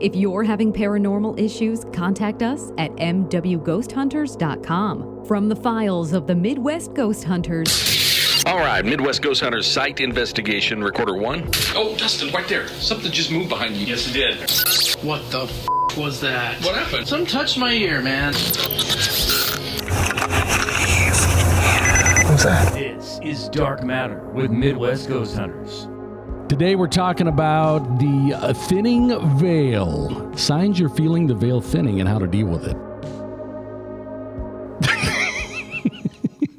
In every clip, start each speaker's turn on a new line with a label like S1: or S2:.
S1: If you're having paranormal issues, contact us at mwghosthunters.com. From the files of the Midwest Ghost Hunters,
S2: All right, Midwest Ghost Hunters site investigation, recorder one.
S3: Oh, Dustin, right there. Something just moved behind you. Yes, it did.
S4: What the f- was that?
S3: What happened?
S4: Some touched my ear, man.
S5: This is Dark Matter with Midwest Ghost Hunters.
S6: Today we're talking about the uh, thinning veil. Signs you're feeling the veil thinning and how to deal with it.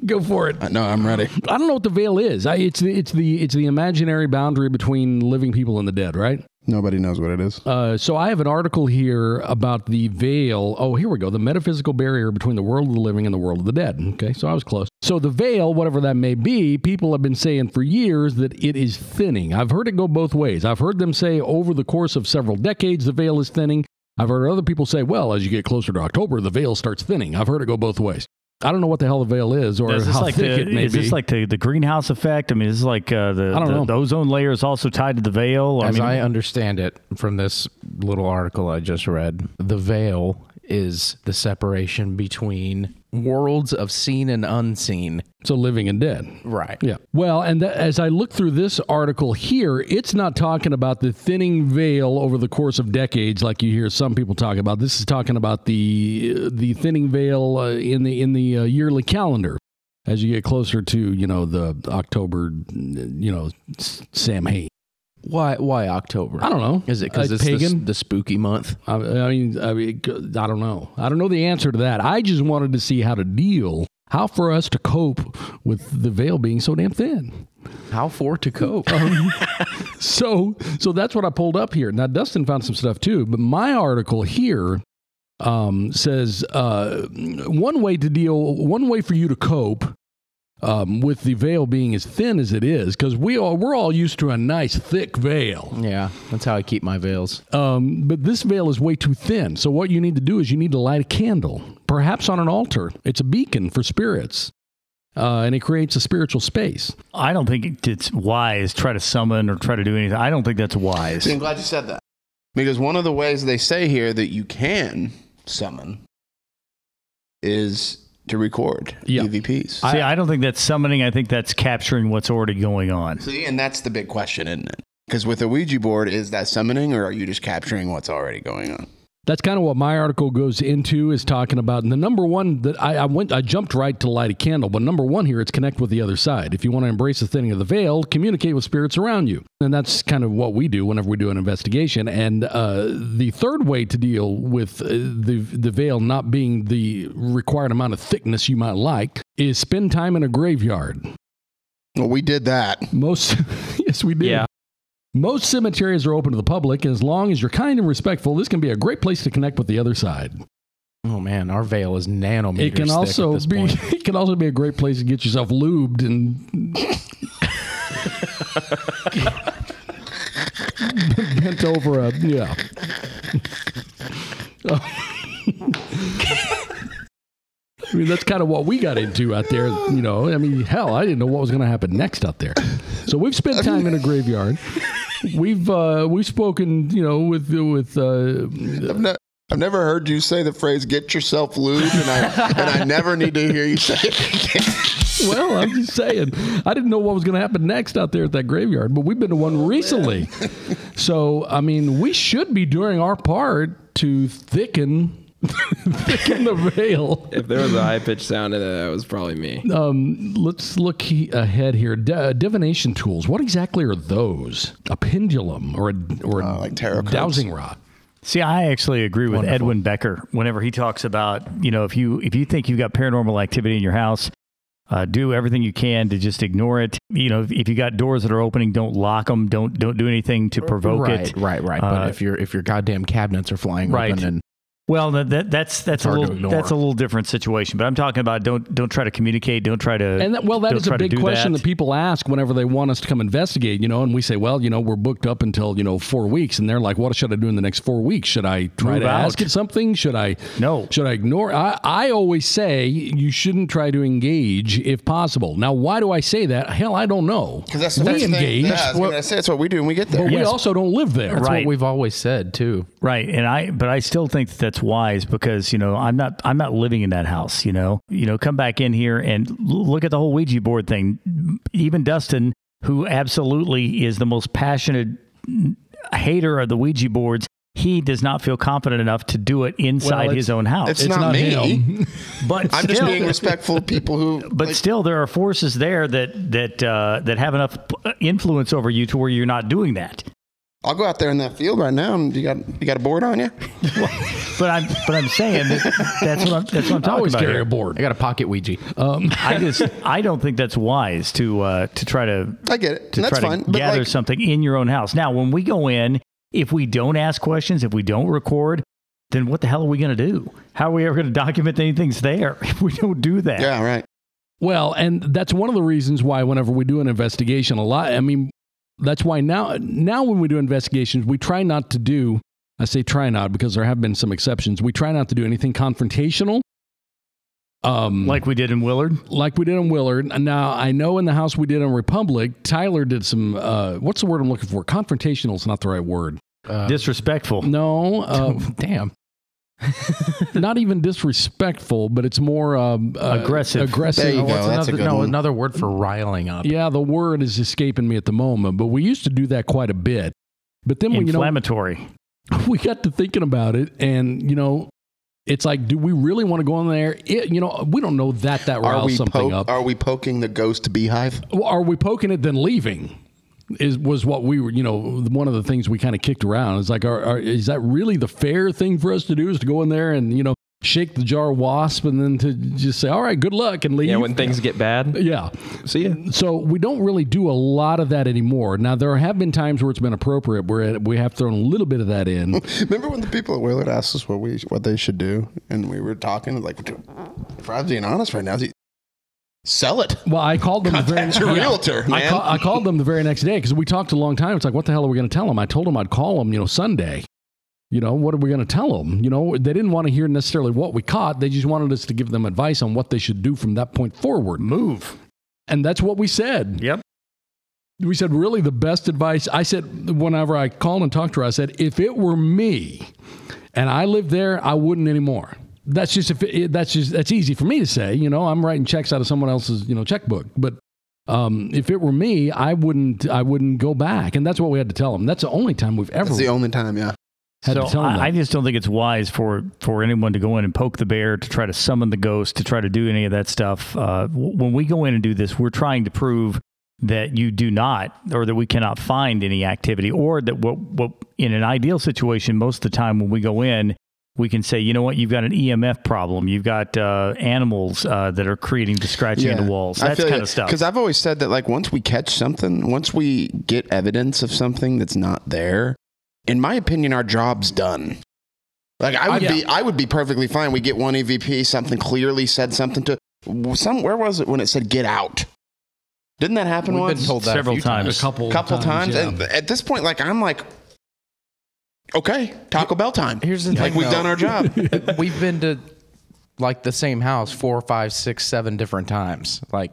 S6: Go for it.
S7: Uh, No, I'm ready.
S6: I don't know what the veil is. I, it's the it's the it's the imaginary boundary between living people and the dead, right?
S7: Nobody knows what it is.
S6: Uh, so I have an article here about the veil. Oh, here we go. The metaphysical barrier between the world of the living and the world of the dead. Okay, so I was close. So the veil, whatever that may be, people have been saying for years that it is thinning. I've heard it go both ways. I've heard them say over the course of several decades the veil is thinning. I've heard other people say, well, as you get closer to October, the veil starts thinning. I've heard it go both ways. I don't know what the hell the veil is or
S5: Is this
S6: how
S5: like
S6: thick
S5: the,
S6: it may
S5: is
S6: be.
S5: this like the, the greenhouse effect? I mean, is this like uh, the,
S6: I don't
S5: the,
S6: know.
S5: the ozone layer is also tied to the veil? I
S8: As
S5: mean,
S8: I understand it from this little article I just read, the veil is the separation between worlds of seen and unseen.
S6: so living and dead.
S8: Right.
S6: Yeah. Well, and th- as I look through this article here, it's not talking about the thinning veil over the course of decades, like you hear some people talk about. This is talking about the uh, the thinning veil uh, in the in the uh, yearly calendar. As you get closer to you know the October, you know Sam Hay.
S8: Why why October?
S6: I don't know.
S8: Is it because
S6: Uh,
S8: it's the s-
S6: pagan?
S8: The, spooky month?
S6: I, I mean, I mean, g- I don't know. I don't know the answer to that. I just wanted to see how to deal, how for us to cope with the veil being so damn thin.
S8: How for to cope?
S6: Um, so so that's what I pulled up here. Now Dustin found some stuff too, but my article here um, says uh, one way to deal, one way for you to cope um, with the veil being as thin as it is, because we all we're all used to a nice thick veil,
S8: yeah, that's how I keep my veils.
S6: um, but this veil is way too thin. So what you need to do is you need to light a candle, perhaps on an altar. It's a beacon for spirits. Uh, and it creates a spiritual space.
S5: I don't think it's wise try to summon or try to do anything. I don't think that's wise.
S7: See, I'm glad you said that. Because one of the ways they say here that you can summon is to record
S6: Yeah.
S7: EVPs.
S5: See, I, don't think that's summoning. I think that's capturing what's already going on.
S7: See, and that's the big question, isn't it? Because with a Ouija board, is that summoning or are you just capturing what's already going on?
S6: That's kind of what my article goes into is talking about. And the number one that I, I went, I jumped right to light a candle, but number one here, it's connect with the other side. If you want to embrace the thinning of the veil, communicate with spirits around you. And that's kind of what we do whenever we do an investigation. And uh, the third way to deal with uh, the, the veil not being the required amount of thickness you might like is spend time in a graveyard.
S7: Well, we did that.
S6: Most, yes, we do.
S8: Yeah.
S6: Most cemeteries are open to the public. and As long as you're kind and respectful, this can be a great place to connect with the other side.
S8: Oh man, our veil is nanometers.
S6: It can
S8: thick at
S6: also
S8: this
S6: be
S8: point.
S6: it can also be a great place to get yourself lubed and bent over a yeah. I mean that's kind of what we got into out there, you know. I mean, hell, I didn't know what was going to happen next out there. So we've spent time in a graveyard. We've uh, we've spoken, you know, with with uh,
S7: I've, ne- I've never heard you say the phrase "get yourself lubed," and I and I never need to hear you say it again.
S6: Well, I'm just saying, I didn't know what was going to happen next out there at that graveyard, but we've been to
S7: Oh,
S6: one recently. so, I mean, we should be doing our part to thicken, thicken the veil.
S9: If there was a high pitched sound to that, that was probably me.
S6: Let's look he- ahead here. D- uh, divination tools. What exactly are those? A pendulum or a or a
S7: Uh, like tarot cards.
S6: dowsing rod?
S5: See, I actually agree with Edwin Becker whenever he talks about, you know, if you if you think you've got paranormal activity in your house, uh, do everything you can to just ignore it. You know, if, if you got doors that are opening, don't lock them. Don't don't do anything to provoke
S8: right,
S5: it.
S8: right, right.
S5: Uh,
S8: but if your if your goddamn cabinets are flying
S5: Right.
S8: open and
S5: Well, that, that that's that's a
S8: hard to
S5: little
S8: ignore.
S5: that's a little different situation. But I'm talking about don't don't try to communicate. Don't try to.
S6: And that, well, that
S5: don't
S6: is a
S5: try to
S6: big
S5: do
S6: question
S5: that.
S6: that. people ask whenever they want us to come investigate, you know, and we say, well, you know, we're booked up until, you know, four weeks. And they're like, what should I do in the next four weeks? Should I try
S5: Move
S6: to
S5: out.
S6: ask it something? Should I,
S5: No.
S6: should I ignore? I, I always say you shouldn't try to engage if possible. Now, why do I say that? Hell, I don't know.
S7: Because that's the
S6: we
S7: first
S6: engage.
S7: thing. Yeah, I was gonna say, that's what we do when we get there.
S6: But we also don't live there.
S8: That's
S5: Right.
S8: what we've always said too.
S5: Right, and I, but I still think that that's wise because you know I'm not I'm not living in that house. You know, you know, come back in here and l- look at the whole Ouija board thing. Even Dustin, who absolutely is the most passionate hater of the Ouija boards, he does not feel confident enough to do it inside
S6: it's-
S5: his own house.
S7: it's, not,
S6: not
S7: me.
S6: him.
S5: but
S7: I'm just
S5: still-
S7: being respectful of people who.
S5: But
S7: like,
S5: still, there are forces there that that uh, that have enough p- influence over you to where you're not doing that.
S7: I'll go out there in that field right now, and you got you got a board on you.
S5: But I'm but I'm saying that that's what I'm, that's what I'm
S6: I
S5: talking
S6: always
S5: about.
S6: carry
S5: here.
S6: a board.
S8: I got a pocket Ouija.
S6: Um,
S5: I just I don't think that's wise to uh, to try to
S7: I get it.
S5: to
S7: And that's
S5: try to
S7: fine. But
S5: gather
S7: like,
S5: something in your own house. Now, when we go in, if we don't ask questions, if we don't record, then what the hell are we going to do? How are we ever going to document that anything's there if we don't do that?
S7: yeah, right.
S6: Well, and that's one of the reasons why whenever we do an investigation, a lot. I mean, that's why now now when we do investigations, we try not to do. I say try not because there have been some exceptions. We try not to do anything confrontational. Um,
S5: Like we did in Willard.
S6: like we did in Willard. Now I know in the house we did in Republic, Tyler did some. Uh, what's the word I'm looking for? Confrontational is not the right word.
S5: Disrespectful.
S6: No, uh,
S8: Damn.
S6: not even disrespectful, but it's more um, uh,
S5: Aggressive.
S6: Aggressive.
S7: There you go.
S8: What's
S7: That's
S8: another,
S7: a good
S8: no,
S7: one.
S8: another word for riling up.
S6: Yeah, the word is escaping me at the moment, but we used to do that quite a bit. But then when you know
S5: Inflammatory.
S6: we got to thinking about it, and you know, it's like, do we really want to go in there? It, you know, we don't know that that
S7: Are
S6: riles
S7: we
S6: something
S7: poke-
S6: up.
S7: are we poking the ghost beehive?
S6: Well, Are we poking it then leaving? Is was what we were, you know, one of the things we kind of kicked around. It's like, are, are, is that really the fair thing for us to do? Is to go in there and you know shake the jar wasp and then to just say, all right, good luck and leave.
S9: Yeah, when things get bad.
S6: yeah.
S9: See ya.
S6: So we don't really do a lot of that anymore. Now there have been times where it's been appropriate where it, we have thrown a little bit of that in.
S7: Remember when the people at Willard asked us what we what they should do, and we were talking like, dude, if I'm being honest right now, sell it.
S6: Well, I called them the very
S7: That's your
S6: yeah.
S7: realtor,
S6: I,
S7: man.
S6: ca- I called them the very next day because we talked a long time. It's like, what the hell are we going to tell them? I told them I'd call them, you know, Sunday. You know, what are we going to tell them? You know, they didn't want to hear necessarily what we caught. They just wanted us to give them advice on what they should do from that point forward.
S5: Move.
S6: And that's what we said.
S5: Yep.
S6: we said really the best advice i said whenever i called and talked to her i said if it were me and i lived there i wouldn't anymore that's just if it, that's just that's easy for me to say you know i'm writing checks out of someone else's you know checkbook but um, if it were me i wouldn't i wouldn't go back and that's what we had to tell them that's the only time we've ever
S7: That's the only time, yeah.
S6: had
S5: so
S6: to tell them that.
S5: I, I just don't think it's wise for for anyone to go in and poke the bear to try to summon the ghost to try to do any of that stuff. Uh, w- when we go in and do this, we're trying to prove that you do not, or that we cannot find any activity, or that what what in an ideal situation, most of the time when we go in. We can say, you know what, you've got an EMF problem. You've got uh, animals uh, that are creating the scratching of the walls. That's kind of stuff.
S7: Because I've always said that, like, once we catch something, once we get evidence of something that's not there, in my opinion, our job's done. Like, I would
S6: yeah.
S7: be, I would be perfectly fine. We get one EVP, something clearly said something to. Some where was it when it said "get out"? Didn't that happen
S8: We've
S7: once?
S8: been told that
S5: Several
S8: a few times.
S5: times.
S6: a couple
S7: couple times.
S6: yeah.
S7: And at this point, like I'm like, okay, Taco Bell time.
S8: Here's the
S7: like
S8: thing,
S7: we've
S8: though.
S7: done our job.
S8: We've been to like the same house four, five, six, seven different times. Like,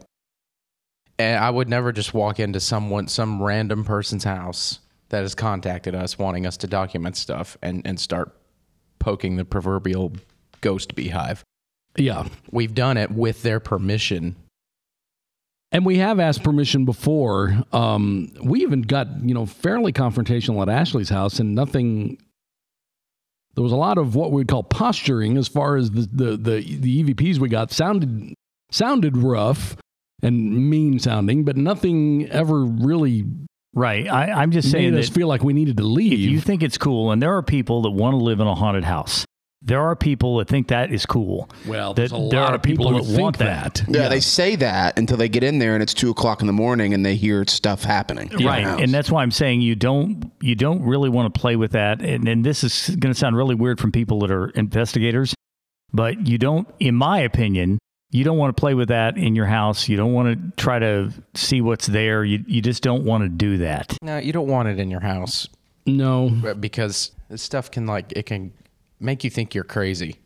S8: and I would never just walk into someone, some random person's house that has contacted us wanting us to document stuff and, and start poking the proverbial ghost beehive.
S6: yeah
S8: We've done it with their permission.
S6: And we have asked permission before. Um, we even got, you know, fairly confrontational at Ashley's house and nothing. There was a lot of what we'd call posturing as far as the, the, the, the EVPs we got sounded, sounded rough and mean sounding, but nothing ever really
S5: right. I, I'm just saying
S6: made us
S5: that
S6: feel like we needed to
S5: if you
S6: leave.
S5: think it's cool, and there are people that want to live in a haunted house, There are people that think that is cool.
S6: Well,
S5: that
S6: there's a lot of people, who
S5: that
S6: think that.
S7: Yeah, they say that until they get in there and it's two o'clock in the morning and they hear stuff happening.
S5: right
S7: House.
S5: and that's why i'm saying you don't you don't really want to play with that and, and this is going to sound really weird from people that are investigators but you don't in my opinion you don't want to play with that in your house you don't want to try to see what's there you, you just don't want to do that
S8: No, you don't want it in your house
S6: No,
S8: uh, because this stuff can like it can make you think you're crazy.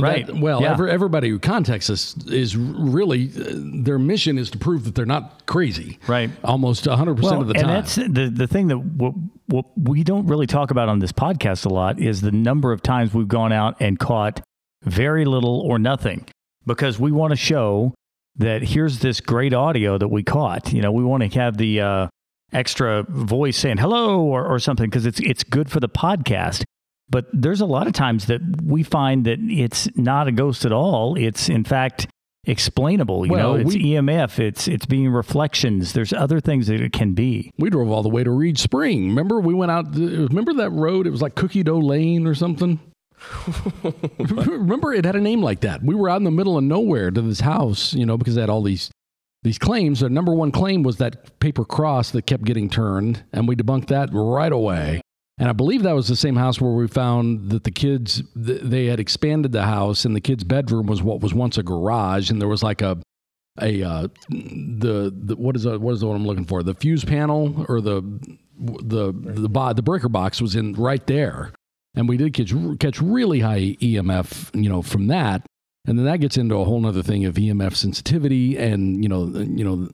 S5: right
S6: That- well,
S5: Yeah.
S6: ever- everybody who contacts us is really uh, their mission is to prove that they're not crazy.
S5: Right.
S6: Almost 100%
S5: well,
S6: of the
S5: and
S6: time.
S5: that's the, the thing that what, what we don't really talk about on this podcast a lot is the number of times we've gone out and caught very little or nothing because we want to show that here's this great audio that we caught. You know, we want to have the uh, extra voice saying hello or, or something because it's, it's good for the podcast. But there's a lot of times that we find that it's not a ghost at all. It's in fact explainable. You
S6: Well,
S5: know, it's
S6: we-
S5: EMF. It's it's being reflections. There's other things that it can be.
S6: we drove all the way to Reed Spring. Remember, we went out. uh, Remember that road? It was like Cookie Dough Lane or something. remember, it had a name like that. We were out in the middle of nowhere to this house, you know, because they had all these these claims. Their number one claim was that paper cross that kept getting turned, and we debunked that right away. And I believe that was the same house where we found that the kids th- they had expanded the house, and the kids' bedroom was what was once a garage, and there was like a a uh, the, the what is the, what is the one I'm looking for? The fuse panel or the the the bo- the breaker box was in right there, and we did catch catch really high EMF, you know, from that. And then that gets into a whole nother thing of EMF sensitivity and you know you know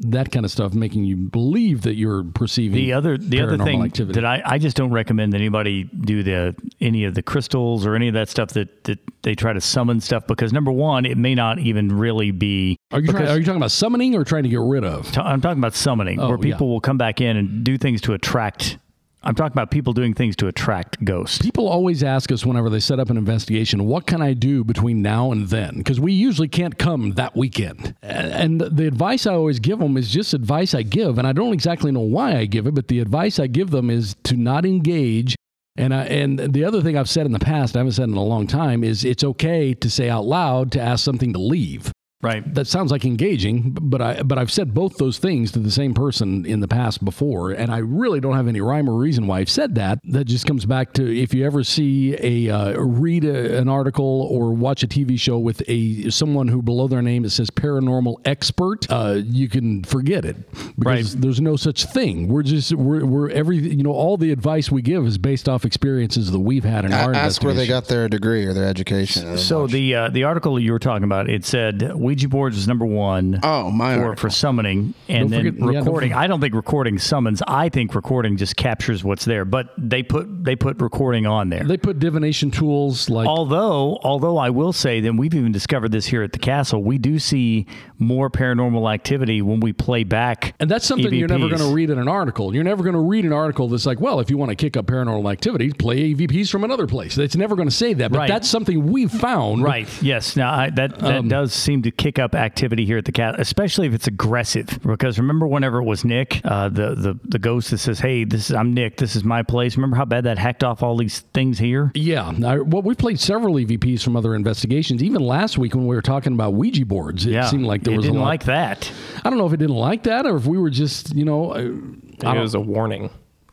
S6: that kind of stuff, making you believe that you're perceiving
S5: The other the other
S6: paranormal
S5: thing
S6: activity.
S5: that I, I just don't recommend that anybody do the any of the crystals or any of that stuff that, that they try to summon stuff because number one, it may not even really be
S6: Are you, try-
S5: because-
S6: are you talking about summoning or trying to get rid of?
S5: i I'm talking about summoning,
S6: Oh,
S5: where
S6: yeah.
S5: people will come back in and do things to attract. I'm talking about people doing things to attract ghosts.
S6: People always ask us whenever they set up an investigation, what can I do between now and then? Because we usually can't come that weekend. A- And the advice I always give them is just advice I give. And I don't exactly know why I give it, but the advice I give them is to not engage. And, I, and the other thing I've said in the past, I haven't said in a long time, is it's okay to say out loud to ask something to leave.
S5: Right.
S6: That sounds like engaging, but I but I've said both those things to the same person in the past before, and I really don't have any rhyme or reason why I've said that. That just comes back to if you ever see a uh, read a, an article or watch a TV show with a someone who below their name it says paranormal expert, uh, you can forget it because there's no such thing. We're just we're, we're every you know all the advice we give is based off experiences that we've had in our
S7: ask where they
S6: investigation.
S7: got their degree or their education.
S5: So the uh, the article that you were talking about, it said Ouija boards was number one.
S7: oh my,
S5: for, for summoning
S6: Don't
S5: and then
S6: forget- yeah, don't
S5: recording.
S6: forget-
S5: I don't think recording summons. I think recording just captures what's there. But they put they put recording on there.
S6: They put divination tools like
S5: although although I will say, then we've even discovered this here at the castle. We do see more paranormal activity when we play back. E
S6: And that's something you're never
S5: EVPs.
S6: going to read in an article. You're never going to read an article that's like, well, if you want to kick up paranormal activity, play AVPs from another place. It's never going to say that, but
S5: Right.
S6: that's something we've found.
S5: Right. Yes. Now I, that that
S6: Um,
S5: does seem to kick up activity here at the cat, especially if it's aggressive. Because remember, whenever it was Nick, uh, the the the ghost that says, "Hey, this is I'm Nick. This is my place." Remember how bad that hacked off all these things here?
S6: Yeah. I, well, we played several EVPs from other investigations. Even last week when we were talking about Ouija boards, it seemed like there
S5: it
S6: was
S5: didn't
S6: a lot.
S5: like that.
S6: I don't know if it didn't like that or if we were just, you know, uh, I
S9: it
S6: don't,
S9: was a warning.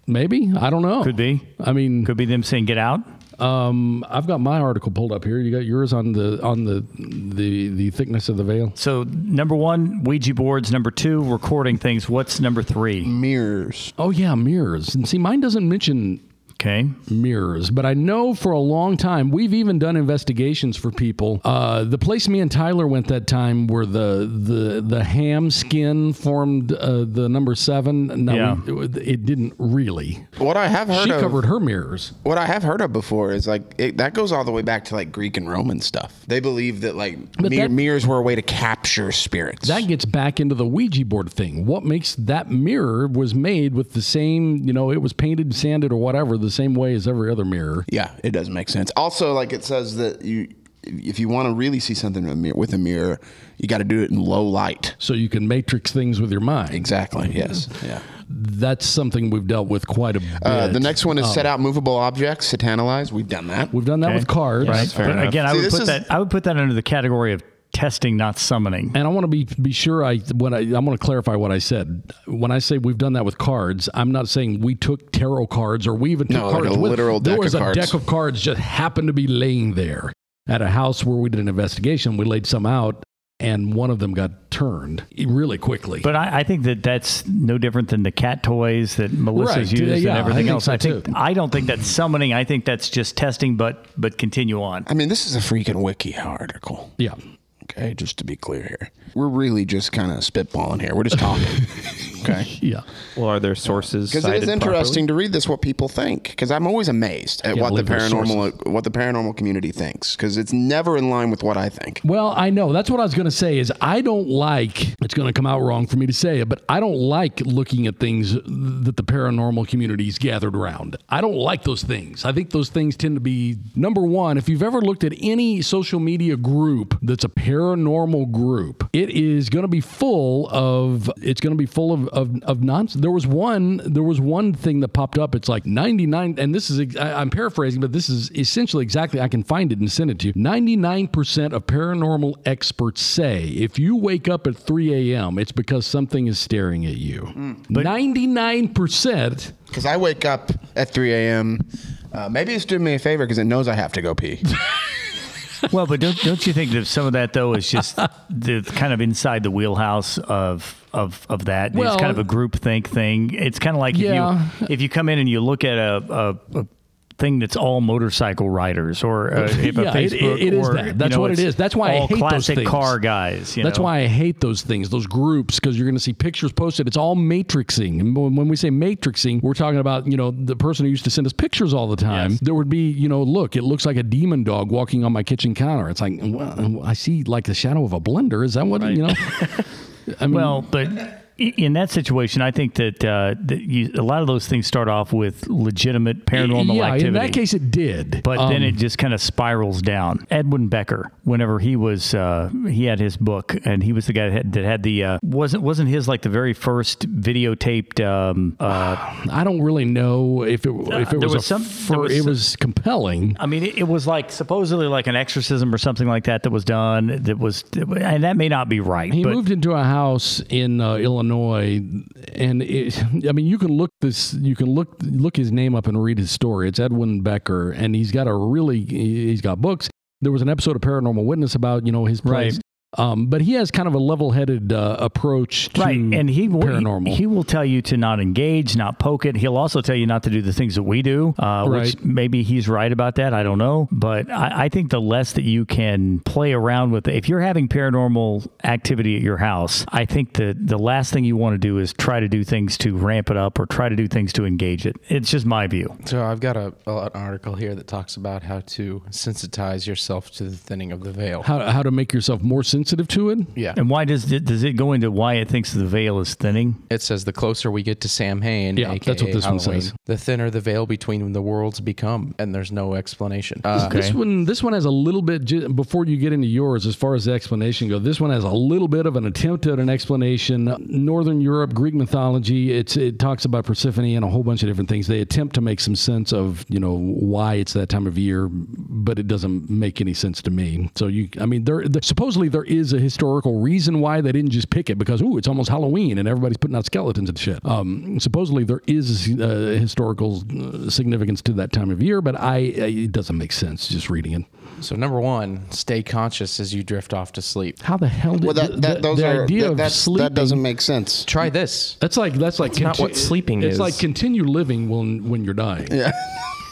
S6: maybe. I don't know.
S5: Could be.
S6: I mean,
S5: Could be them saying get out.
S6: um, I've got my article pulled up here. You got yours on the on the the the thickness of the veil.
S5: So number one, Ouija boards. Number two, recording things. What's number three?
S7: mirrors.
S6: Oh yeah, mirrors. And see, mine doesn't mention
S5: Okay.
S6: mirrors. But I know for a long time we've even done investigations for people. Uh, the place me and Tyler went that time where the the the ham skin formed uh, the number seven. No,
S5: Yeah.
S6: we- it didn't really.
S7: What I have heard
S6: She
S7: of,
S6: covered her mirrors.
S7: what I have heard of before is like it, that goes all the way back to like Greek and Roman stuff. They believe that like mir-
S6: that-
S7: mirrors were a way to capture spirits.
S6: That gets back into the Ouija board thing. What makes that mirror was made with the same, you know, it was painted, sanded, or whatever, the same way as every other mirror.
S7: yeah, it does make sense. Also, like it says that you if you want to really see something with a mirror, with a mirror you got to do it in low light.
S6: So you can matrix things with your mind.
S7: Exactly. Yes. Yeah.
S6: That's something we've dealt with quite a bit.
S7: Uh, the next one is set out movable objects, satanize. We've done that.
S6: We've done that with cards.
S5: Right.
S7: fair
S5: but
S7: enough.
S5: again, I
S7: See,
S5: would
S7: this
S5: put
S7: is-
S5: that I would put that under the category of testing, not summoning.
S6: And I want to be be sure I when I I want to clarify what I said. When I say we've done that with cards, I'm not saying we took tarot cards or we even took
S7: No, like
S6: cards.
S7: a
S6: with-
S7: literal
S6: there
S7: deck
S6: was
S7: of
S6: a
S7: cards.
S6: deck of cards just happened to be laying there at a house where we did an investigation. We laid some out, and one of them got turned really quickly.
S5: But I, I think that that's no different than the cat toys that Melissa's
S6: Right.
S5: used
S6: Yeah,
S5: and
S6: I
S5: everything
S6: think
S5: else.
S6: so,
S5: I think
S6: too.
S5: I don't think that's summoning. I think that's just testing. But but continue on.
S7: I mean, this is a freaking wiki article.
S6: yeah,
S7: Okay, just to be clear here, we're really just kind of spitballing here. We're just talking. okay,
S6: yeah.
S9: Well, are there sources?
S7: because it is
S9: cited
S7: interesting to read this what people think. Because I'm always amazed at
S6: Can't
S7: what the
S6: believe there's
S7: paranormal what the paranormal community thinks. Because it's never in line with what I think.
S6: Well, I know. That's what I was going to say is I don't like it's going to come out wrong for me to say it, but I don't like looking at things that the paranormal community's gathered around. I don't like those things. I think those things tend to be number 1, if you've ever looked at any social media group that's a paranormal group, it is going to be full of it's going to be full of of, of nonsense. There was one there was one thing that popped up. It's like 99 and this is ex- I, I'm paraphrasing, but this is essentially exactly I can find it and send it to you. 99% of paranormal experts say if you wake up at 3 a.m., it's because something is staring at you. 99%
S7: Because I wake up at 3 a.m. Uh, maybe it's doing me a favor because it knows I have to go pee.
S5: Well, but don't don't you think that some of that though is just the kind of inside the wheelhouse of of of that?
S6: Well-
S5: it's kind of a group think thing. It's kind of like
S6: Yeah.
S5: if you if you come in and you look at a. a, a Thing that's all motorcycle riders, or uh, if a
S6: Yeah, it- it-
S5: Facebook,
S6: it is
S5: or,
S6: that.
S5: you
S6: That's
S5: know,
S6: what it
S5: it's
S6: is. That's why I
S5: all
S6: hate those
S5: classic
S6: things.
S5: car guys. You
S6: That's
S5: know?
S6: why I hate those things, those groups, because you're going to see pictures posted. It's all matrixing. And when when we say matrixing, we're talking about, you know, the person who used to send us pictures all the time. There would be, you know, look, it looks like a demon dog walking on my kitchen counter. It's like, well, I see like the shadow of a blender. Is that what, you know? I mean,
S5: Well, but i- in that situation, I think that, uh, that you, a lot of those things start off with legitimate paranormal
S6: yeah,
S5: activity.
S6: in that case, it did.
S5: but
S6: Um,
S5: then it just kind of spirals down. Edwin Becker, whenever he was, uh, he had his book, and he was the guy that had, that had the uh, wasn't wasn't his like the very first videotaped. Um, uh,
S6: I don't really know if it, if it
S5: there
S6: was,
S5: was
S6: a
S5: some- there
S6: fir-
S5: was
S6: it
S5: some-
S6: was compelling.
S5: I mean, it, it was like supposedly like an exorcism or something like that that was done. That was, and that may not be right.
S6: He
S5: but
S6: moved into a house in uh, Illinois, and it, I mean, you can look this, you can look look his name up and read his story. It's Edwin Becker, and he's got a really, he's got books. There was an episode of Paranormal Witness about you know his place, um, but he has kind of a level-headed uh, approach to
S5: right and he will
S6: paranormal.
S5: he will tell you to not engage not poke it he'll also tell you not to do the things that we do uh, which
S6: Right.
S5: maybe he's right about that i don't know but I, I think the less that you can play around with if you're having paranormal activity at your house i think the, the last thing you want to do is try to do things to ramp it up or try to do things to engage it it's just my view
S8: So I've got a, a- an article here that talks about how to sensitize yourself to the thinning of the veil.
S6: how how to make yourself more sensitive to it.
S8: yeah.
S5: and why does it, does it go into why it thinks the veil is thinning
S8: It says the closer we get to Sam Hain,
S6: Yeah,
S8: aka
S6: that's what this one
S8: Halloween,
S6: says.
S8: the thinner the veil between the worlds become, and there's no explanation. Uh,
S6: This one, this one has a little bit. ju- Before you get into yours, as far as the explanation go, this one has a little bit of an attempt at an explanation. Northern Europe, Greek mythology. It's it talks about Persephone and a whole bunch of different things. They attempt to make some sense of you know why it's that time of year, but it doesn't make any sense to me. So you, I mean, there, there supposedly there is a historical reason why they didn't just pick it because ooh, it's almost Halloween and everybody's putting out skeletons and shit. Um, supposedly there is uh, historical uh, significance to that time of year, but I, I it doesn't make sense just reading it.
S8: so number one, stay conscious as you drift off to sleep.
S6: How the hell did
S7: Well, that,
S6: the-
S7: that
S6: the,
S7: those
S6: the
S7: are
S6: idea
S7: that,
S6: of
S7: that's-
S6: sleeping?
S7: that doesn't make sense.
S8: Try this.
S6: That's like that's like
S9: not what sleeping
S6: it's
S9: is.
S6: like continue living when when you're dying.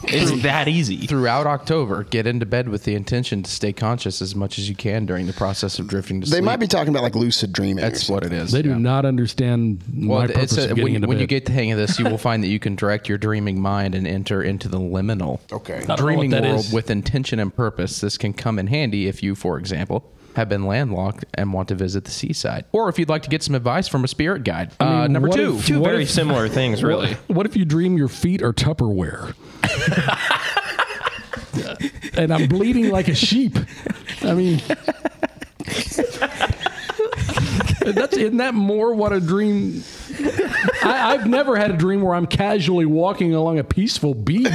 S9: It's that easy.
S8: Throughout October, get into bed with the intention to stay conscious as much as you can during the process of drifting to
S7: They
S8: sleep.
S7: might be talking about like lucid dreaming. or
S8: That's
S7: something.
S8: what it is.
S6: They do
S8: yeah.
S6: not understand my
S8: Well,
S6: purpose
S8: it's a-
S6: of getting
S8: when,
S6: into
S8: when you
S6: bed.
S8: get the hang of this, you will find that you can direct your dreaming mind and enter into the liminal
S7: Okay.
S6: I don't know what
S8: dreaming
S6: that
S8: world
S6: is.
S8: with intention and purpose. This can come in handy if you, for example, have been landlocked and want to visit the seaside, or if you'd like to get some advice from a spirit guide. uh, number
S6: what
S8: two,
S6: if-
S9: Two
S6: What
S9: very
S6: if-
S9: similar things, really.
S6: What if you dream your feet are Tupperware? and I'm bleeding like a sheep. I mean, that's isn't that more what a dream? I, I've never had a dream where I'm casually walking along a peaceful beach.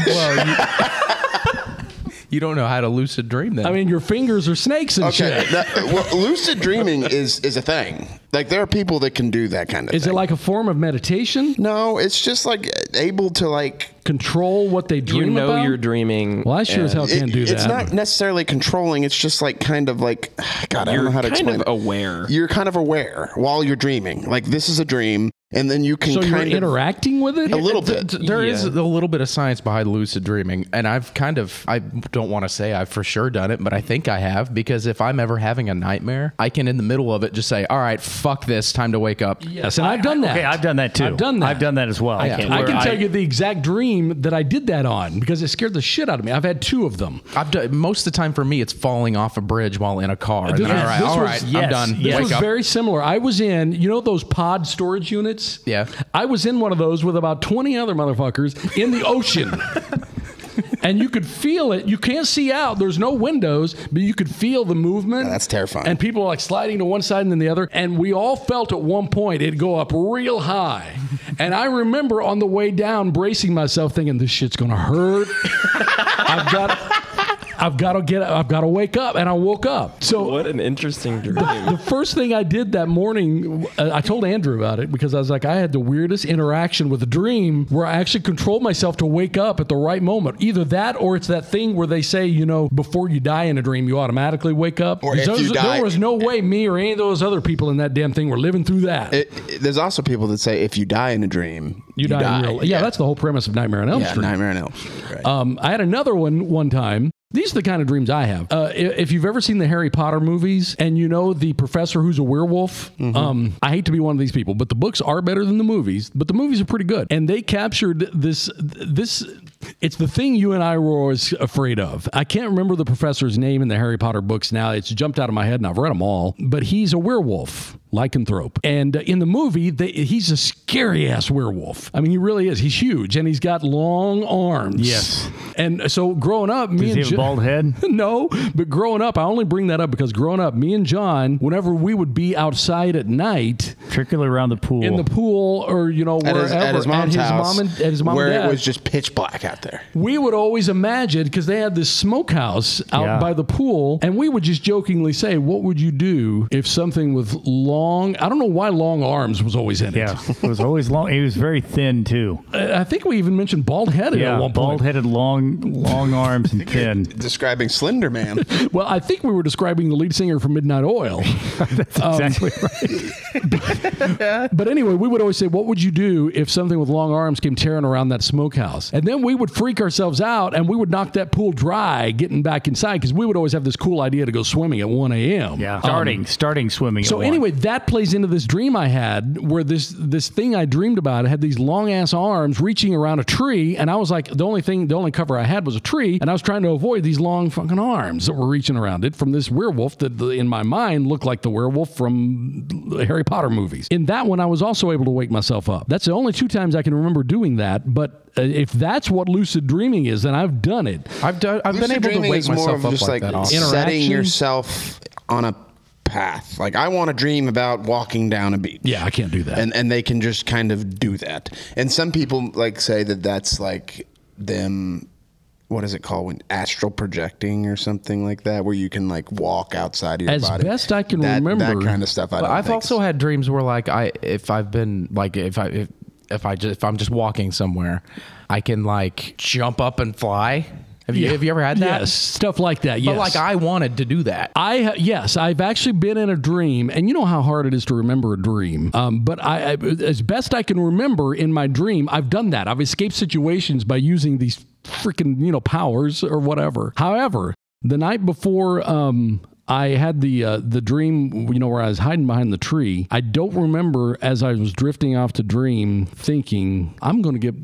S8: You don't know how to lucid dream then.
S6: I mean, your fingers are snakes and
S7: Okay,
S6: shit.
S7: that- well, lucid dreaming is is a thing. Like there are people that can do that kind of.
S6: Is
S7: thing.
S6: it like a form of meditation?
S7: No, it's just like able to like.
S6: Control what they dream
S9: you know
S6: about?
S9: you're dreaming.
S6: well, I sure as
S9: and
S6: hell can't
S7: it-
S6: do that.
S7: It's not necessarily controlling. It's just like kind of like God. I don't
S9: You're
S7: know how to
S9: kind
S7: explain.
S9: of
S7: it.
S9: aware.
S7: You're kind of aware while you're dreaming. Like this is a dream, and then you can
S6: so you're
S7: kind of
S6: interacting with it?
S7: a little bit.
S8: Th- There is
S9: Yeah.
S8: a little bit of science behind lucid dreaming, and I've kind of I don't want to say I've for sure done it, but I think I have because if I'm ever having a nightmare, I can in the middle of it just say, "All right, fuck this, time to wake up."
S6: Yes, and I've done that.
S5: Okay, I've done that too.
S6: I've done that.
S5: I've done that as well.
S6: I,
S5: Where
S6: I can tell you the exact dream that I did that on because it scared the shit out of me. I've had two of them.
S8: I've done most of the time for me, it's falling off a bridge while in a car. And
S6: This
S8: then,
S6: was-
S8: all right,
S6: this
S8: all
S6: was-
S8: right,
S5: yes,
S8: I'm done.
S5: yes.
S6: This
S8: Wake
S6: was
S8: up.
S6: very similar. I was in, you know, those pod storage units.
S8: Yeah.
S6: I was in one of those with about twenty other motherfuckers in the ocean. And you could feel it. You can't see out. There's no windows, but you could feel the movement.
S7: Yeah, that's terrifying.
S6: And people like sliding to one side and then the other. And we all felt at one point it go up real high. And I remember on the way down bracing myself, thinking this shit's gonna hurt. I've got. I've got to get. I've got to wake up, and I woke up. So
S9: what an interesting dream.
S6: the first thing I did that morning, uh, I told Andrew about it because I was like, I had the weirdest interaction with a dream where I actually controlled myself to wake up at the right moment. Either that or it's that thing where they say, you know, before you die in a dream, you automatically wake up.
S7: Or if
S6: There
S7: you
S6: was-
S7: die-
S6: there was no way me or any of those other people in that damn thing were living through that.
S7: It- it- there's also people that say if you die in a dream,
S6: you, die. in real- yeah, that's the whole premise of Nightmare on Elm
S7: yeah,
S6: Street.
S7: nightmare and elves. Right.
S6: Um, I had another one one time. These are the kind of dreams I have. Uh, i- if you've ever seen the Harry Potter movies and you know the professor who's a werewolf, um, I hate to be one of these people, but the books are better than the movies, but the movies are pretty good. And they captured this, this, it's the thing you and I were always afraid of. I can't remember the professor's name in the Harry Potter books now. It's jumped out of my head and I've read them all, but he's a werewolf lycanthrope. And uh, in the movie, they, he's a scary ass werewolf. I mean, he really is. He's huge and he's got long arms.
S5: Yes.
S6: And so growing up, me
S5: Does
S6: and
S5: he have a
S6: Jo-
S5: bald head?
S6: no, but growing up, I only bring that up because growing up, me and John, whenever we would be outside at night
S5: Particularly around the pool.
S6: in the pool or you know
S7: at,
S6: wherever
S7: his, at his mom's house,
S6: mom and at his mom
S7: where
S6: and dad,
S7: it was just pitch black out there.
S6: we would always imagine because they had this smokehouse out
S5: Yeah.
S6: by the pool, and we would just jokingly say, "What would you do if something with long? I don't know why long arms was always in it.
S5: yeah, it was always long. He was very thin too.
S6: I I think we even mentioned bald headed
S5: Yeah,
S6: at one
S5: bald
S6: point.
S5: headed, long, long arms and thin.
S7: Describing Slender Man.
S6: Well, I think we were describing the lead singer from Midnight Oil.
S5: Exactly right.
S6: But anyway, we would always say, What would you do if something with long arms came tearing around that smokehouse? And then we would freak ourselves out and we would knock that pool dry getting back inside because we would always have this cool idea to go swimming at 1 a.m.
S5: Yeah,
S6: Um,
S5: starting, starting swimming. at
S6: So
S5: one.
S6: anyway, that plays into this dream I had where this this thing I dreamed about had these long ass arms reaching around a tree, and I was like, the only thing, the only cover I had was a tree, and I was trying to avoid these long fucking arms that were reaching around it from this werewolf that the, in my mind looked like the werewolf from the Harry Potter movies. In that one, I was also able to wake myself up. That's the only two times I can remember doing that, but. uh, If that's what lucid dreaming is, then I've done it.
S8: I've done. I've been
S7: Lucid
S8: able to
S7: dreaming
S8: wake
S7: is more
S8: myself
S7: of
S8: up
S7: just
S8: like, that. Often.
S7: setting
S6: Interaction?
S7: yourself on a path. Like I want to dream about walking down a beach.
S6: Yeah, I can't do that.
S7: and and they can just kind of do that. And some people like say that that's like them. What is it called when astral projecting or something like that, where you can like walk outside of your
S6: As
S7: body?
S6: best I can
S7: that,
S6: remember-
S7: that kind of stuff. I
S8: But
S7: don't
S8: I've
S7: think
S8: also had dreams where like I if I've been like if I if, if I just if I'm just walking somewhere, I can like jump up and fly. Have you have you ever had that?
S6: Yes, stuff like that. Yes.
S8: But like I wanted to do that.
S6: I ha- yes, I've actually been in a dream, and you know how hard it is to remember a dream. Um, but I, I, as best I can remember in my dream, I've done that. I've escaped situations by using these freaking you know powers or whatever. However, the night before. Um, I had the uh, the dream, you know, where I was hiding behind the tree. I don't remember as I was drifting off to dream, thinking I'm going to get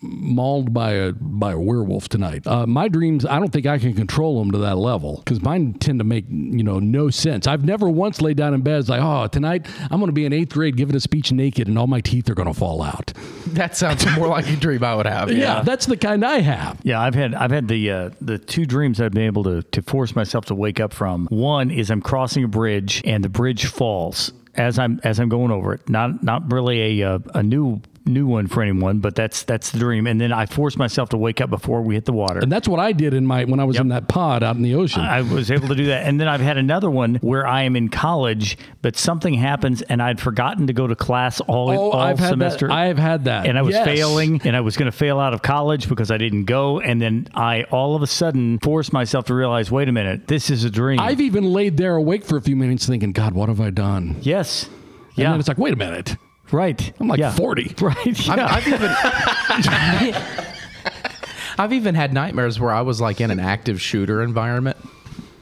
S6: mauled by a by a werewolf tonight. Uh, my dreams, I don't think I can control them to that level because mine tend to make you know no sense. I've never once laid down in bed it's like, oh, tonight I'm going to be in eighth grade giving a speech naked and all my teeth are going to fall out.
S8: That sounds more like a dream I would have.
S6: yeah, that's the kind I have.
S5: Yeah, I've had I've had the uh, the two dreams I've been able to to force myself to wake up from. One One is I'm crossing a bridge and the bridge falls as I'm as I'm going over it. Not not really a uh, a new new one for anyone, but that's that's the dream. And then I force myself to wake up before we hit the water.
S6: And that's what I did in my when I was in that pod out in the ocean.
S5: I was able to do that. And then I've had another one where I am in college, but something happens and I'd forgotten to go to class all,
S6: oh,
S5: all
S6: I've had
S5: semester.
S6: that. I've had that.
S5: and I was
S6: Yes.
S5: failing and I was going to fail out of college because I didn't go. And then I all of a sudden forced myself to realize wait a minute, this is a dream.
S6: I've e-, even laid there awake for a few minutes thinking, God, what have I done?
S5: yes.
S6: And
S5: Yeah.
S6: then it's like, wait a minute.
S5: right.
S6: I'm like
S5: Yeah.
S6: 40.
S5: Right. Yeah.
S8: I've even I've even had nightmares where I was like in an active shooter environment,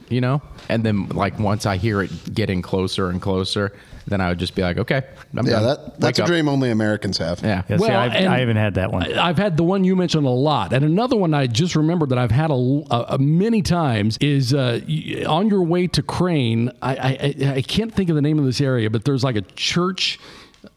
S8: you know, and then like once I hear it getting closer and closer, then I would just be like, okay, I'm
S7: Yeah,
S8: done.
S7: that, that's
S8: Wake
S7: a
S8: up.
S7: dream only Americans have.
S8: Yeah,
S5: Yeah, see,
S6: Well,
S5: I've,
S6: and-
S5: I haven't had that one.
S6: I've had the one you mentioned a lot, and another one I just remembered that I've had a, a- a many times is uh, y- on your way to Crane. I, I I- I can't think of the name of this area, but there's like a church.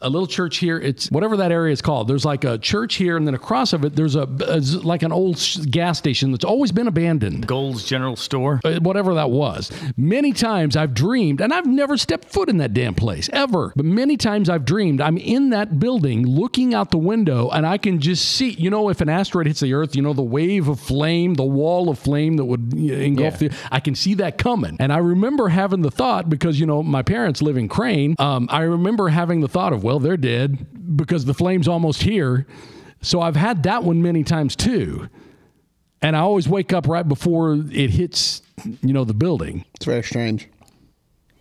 S6: A little church here. It's whatever that area is called. There's like a church here, and then across of it, there's a, a z- like an old s- gas station that's always been abandoned.
S5: Gold's General Store.
S6: uh, whatever that was. Many times I've dreamed, and I've never stepped foot in that damn place ever. But many times I've dreamed I'm in that building looking out the window, and I can just see, you know, if an asteroid hits the Earth, you know, the wave of flame, the wall of flame that would you know, engulf
S8: Yeah.
S6: the. I can see that coming, and I remember having the thought because you know my parents live in Crane. Um, I remember having the thought of, well, they're dead because the flame's almost here. So I've had that one many times too and I always wake up right before it hits, you know, the building.
S7: It's very strange.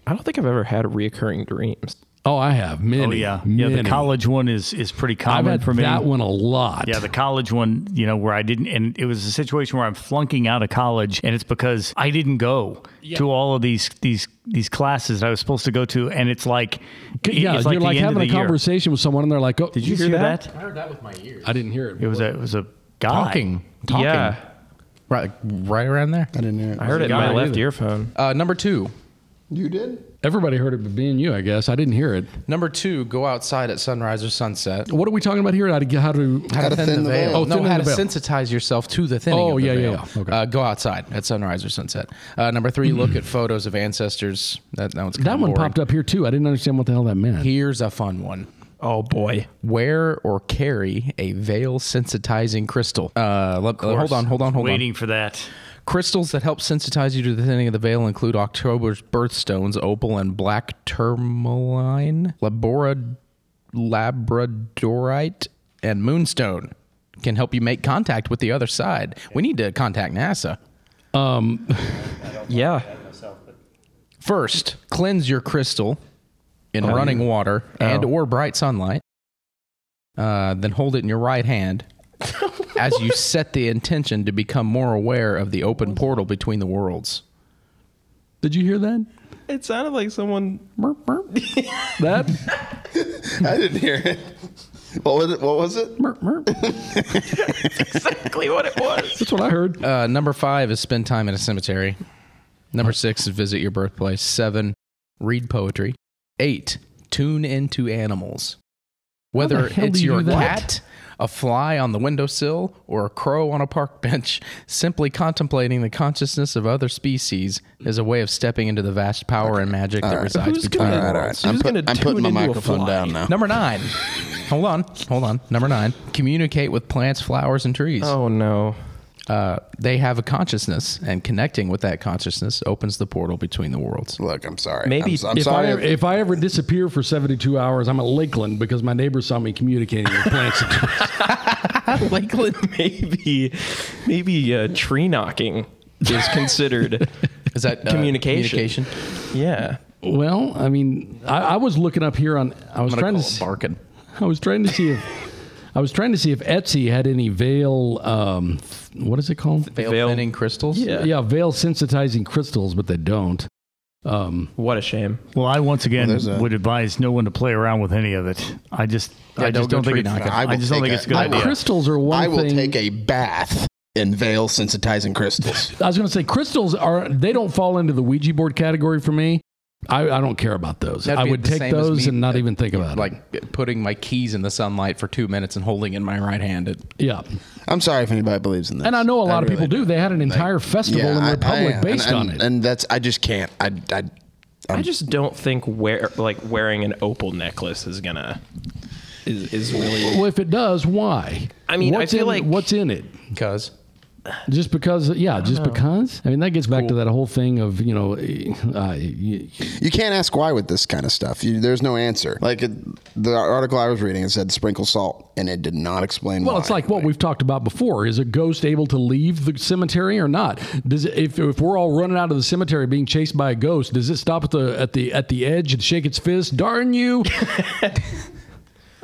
S9: I don't think I've ever had reoccurring dreams.
S6: Oh, I have many.
S5: Oh yeah, yeah. The
S6: many.
S5: college one is is pretty
S6: I've
S5: common
S6: had
S5: for me.
S6: that one a lot.
S5: Yeah, the college one, you know, where I didn't, and it was a situation where I'm flunking out of college, and it's because I didn't go to all of these these these classes that I was supposed to go to, and it's like,
S6: C- yeah.
S5: it's like
S6: you're
S5: the
S6: like
S5: end of
S6: having a
S5: the year.
S6: conversation with someone, and they're like, "Oh,
S5: Did you hear that?
S8: I heard that with my ears.
S6: I didn't hear it.
S5: It was a it was a guy
S8: Talking, talking,
S9: Yeah,
S8: right, right around there.
S7: I didn't hear it.
S9: I heard it in my
S5: guy,
S9: left
S5: either.
S9: earphone.
S8: Uh, number two,
S7: You did?
S6: Everybody heard it, but being you, I guess I didn't hear it.
S8: number two, go outside at sunrise or sunset.
S6: What are we talking about here? How to how to?
S7: How to thin the veil.
S8: Oh,
S6: Oh,
S8: no,
S6: thinning
S8: how
S6: the
S8: to
S6: veil.
S8: sensitize yourself to the thinning.
S6: Oh,
S8: of the
S6: yeah, yeah,
S8: veil.
S6: yeah. Okay.
S8: Uh, go outside at sunrise or sunset. Uh, number three, look at photos of ancestors. That, that one's
S6: that one popped up here too. I didn't understand what the hell that meant.
S8: Here's a fun one.
S9: Oh boy.
S8: Wear or carry a veil sensitizing crystal. Uh, let-
S5: Of
S8: hold
S5: course.
S8: on, hold on, hold
S5: waiting
S8: on.
S5: for that.
S8: Crystals that help sensitize you to the thinning of the veil include October's birthstones, opal and black tourmaline, labora, labradorite, and moonstone. Can help you make contact with the other side. We need to contact NASA.
S9: Yeah.
S8: First, cleanse your crystal in running water and or bright sunlight. Uh, then hold it in your right hand as you set the intention to become more aware of the open portal between the worlds.
S6: Did you hear that?
S9: It sounded like someone.
S6: Burp, burp. that
S7: I didn't hear it. What was it? What was it?
S6: burp, burp.
S9: exactly what it was.
S6: that's what I heard.
S8: Uh, number five is spend time in a cemetery. Number six is visit your birthplace. Seven, read poetry. Eight, tune into animals. Whether
S6: hell
S8: it's
S6: do you
S8: your
S6: do that?
S8: cat, a fly on the windowsill, or a crow on a park bench, simply contemplating the consciousness of other species is a way of stepping into the vast power and magic that resides
S9: Who's
S8: between
S9: gonna-
S8: the
S7: All
S8: worlds.
S7: I'm,
S9: Who's
S7: put-
S9: gonna
S7: I'm putting my
S9: tune into a
S7: microphone
S9: fly?
S7: down now.
S8: Number nine. hold on. Hold on. Number nine. Communicate with plants, flowers, and trees.
S9: Oh no.
S8: uh, they have a consciousness, and connecting with that consciousness opens the portal between the worlds.
S7: Look, I'm sorry.
S9: Maybe
S7: I'm, I'm
S6: if
S7: sorry.
S6: I ever, if I ever disappear for 72 hours, I'm at Lakeland because my neighbor saw me communicating with plants.
S9: Lakeland, maybe, maybe uh, tree knocking is considered.
S8: Is that uh,
S9: Communication.
S8: communication?
S9: yeah.
S6: well, I mean, I, I was looking up here on. I was
S8: I'm gonna
S6: trying to.
S8: call
S6: s-
S8: it barking.
S6: I was trying to see if. I was trying to see if Etsy had any veil. Um, what is it called?
S8: Veil
S9: Veil-
S8: thinning crystals.
S9: Yeah.
S6: Yeah, veil sensitizing crystals, but they don't.
S9: What a shame.
S5: Well, I once again
S7: there's a-
S5: would advise no one to play around with any of it. I just I
S8: don't
S5: just
S8: go
S5: don't think
S8: tree
S5: it's,
S8: knocking.
S5: I,
S7: will
S5: just don't
S7: take
S5: think
S7: a-
S5: it's a good
S7: I will-
S5: idea.
S6: Crystals are one
S7: I will
S6: thing-
S7: take a bath in veil sensitizing crystals.
S6: I was going to say crystals are. They don't fall into the Ouija board category for me. I, I don't care about those.
S8: That'd
S6: I
S8: be
S6: would
S8: the
S6: take
S8: same as
S6: those
S8: me,
S6: and not
S8: uh,
S6: even think about it.
S8: Like putting my keys in the sunlight for two minutes and holding in my right hand. It,
S6: yeah,
S7: I'm sorry if anybody believes in that.
S6: And I know a lot of people do. They had an entire festival in the Republic based
S7: oh, and,
S6: on
S7: and-
S6: it.
S7: And that's I just can't. I I
S9: I just don't think wear like wearing an opal necklace is gonna is, is really.
S6: well, if it does, why?
S9: I mean, I
S6: what's
S9: feel
S6: in,
S9: like-
S6: what's in it?
S8: Because
S6: Just because? Yeah, just because. I mean, that gets back to that whole thing of you know, uh, y-
S7: you can't ask why with this kind of stuff. You, there's no answer. Like it, the article I was reading, it said sprinkle salt, and it did not explain.
S6: Well,
S7: why.
S6: it's like what we've talked about before. Is a ghost able to leave the cemetery or not? Does it, if if we're all running out of the cemetery being chased by a ghost, does it stop at the at the at the edge and shake its fist? Darn you!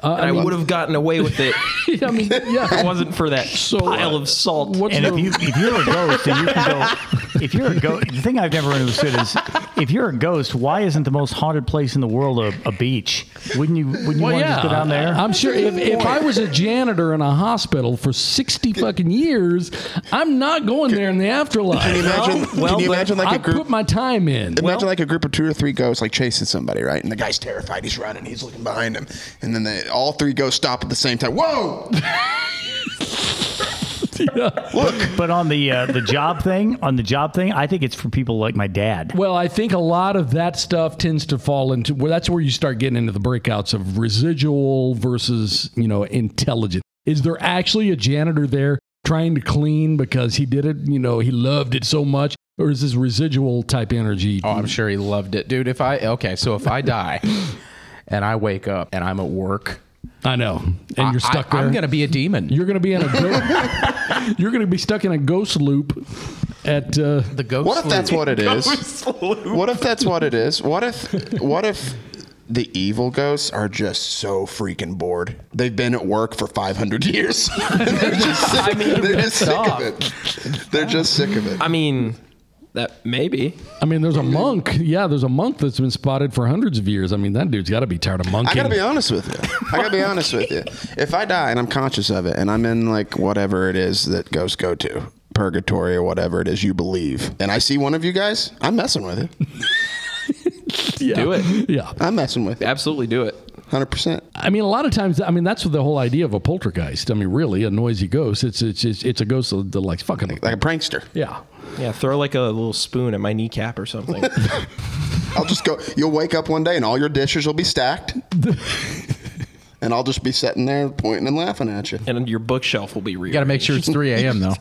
S9: and I would have gotten away with it if
S6: I mean,
S9: it
S6: yeah.
S9: wasn't for that
S6: So,
S9: pile
S6: uh,
S9: of salt.
S6: What's
S5: And
S6: the,
S5: if you if you're a ghost and you can go, if you're a ghost, the thing I've never understood is if you're a ghost, why isn't the most haunted place in the world a, a beach? Wouldn't you Wouldn't you
S6: well,
S5: want to
S6: yeah,
S5: just go down there?
S6: I'm sure if, if I was a janitor in a hospital for sixty fucking years, I'm not going there in the
S7: Can you
S6: afterlife.
S7: imagine?
S9: well,
S7: can you
S9: but
S7: imagine like
S6: I
S7: a group?
S6: put my time in.
S7: Imagine like a group of two or three ghosts like chasing somebody, right? And the guy's terrified. He's running. He's looking behind him, and then they, all three ghosts stop at the same time. Whoa! Look,
S5: but on the uh, the job thing, on the job thing, I think it's for people like my dad.
S6: Well, I think a lot of that stuff tends to fall into well, that's where you start getting into the breakouts of residual versus, you know, intelligent. Is there actually a janitor there trying to clean because he did it, you know, he loved it so much? Or is this residual type energy?
S8: oh, I'm sure he loved it, dude. If I okay, so if I die and I wake up and I'm at work,
S6: I know. And you're
S8: I-
S6: stuck
S8: I,
S6: there.
S8: am gonna be a demon.
S6: you're gonna be in a ghost, you're gonna be stuck in a ghost loop at uh,
S8: the ghost.
S7: what if that's
S8: loop.
S7: what it is? What if that's what it is? What if? What if? The evil ghosts are just so freaking bored. They've been at work for 500 years. they're just sick, they're just sick of it. They're just sick of it.
S9: I mean, that maybe.
S6: I mean there's a monk. Yeah, there's a monk that's been spotted for hundreds of years. I mean that dude's gotta be tired of monking.
S7: I gotta be honest with you. I gotta be honest with you. If I die and I'm conscious of it, and I'm in like whatever it is that ghosts go to, purgatory or whatever it is you believe, and I see one of you guys, I'm messing with it.
S9: Do it.
S6: yeah.
S7: I'm messing with it.
S9: Absolutely do it.
S7: Hundred percent.
S6: I mean, a lot of times, I mean, that's the whole idea of a poltergeist. I mean, really, a noisy ghost. It's it's it's, it's a ghost that that likes fucking.
S7: Like a prankster.
S6: yeah.
S9: Yeah, throw like a little spoon at my kneecap or something.
S7: I'll just go you'll wake up one day and all your dishes will be stacked. and I'll just be sitting there pointing and laughing at you.
S9: and your bookshelf will be real.
S8: You gotta make sure it's 3 a.m. though.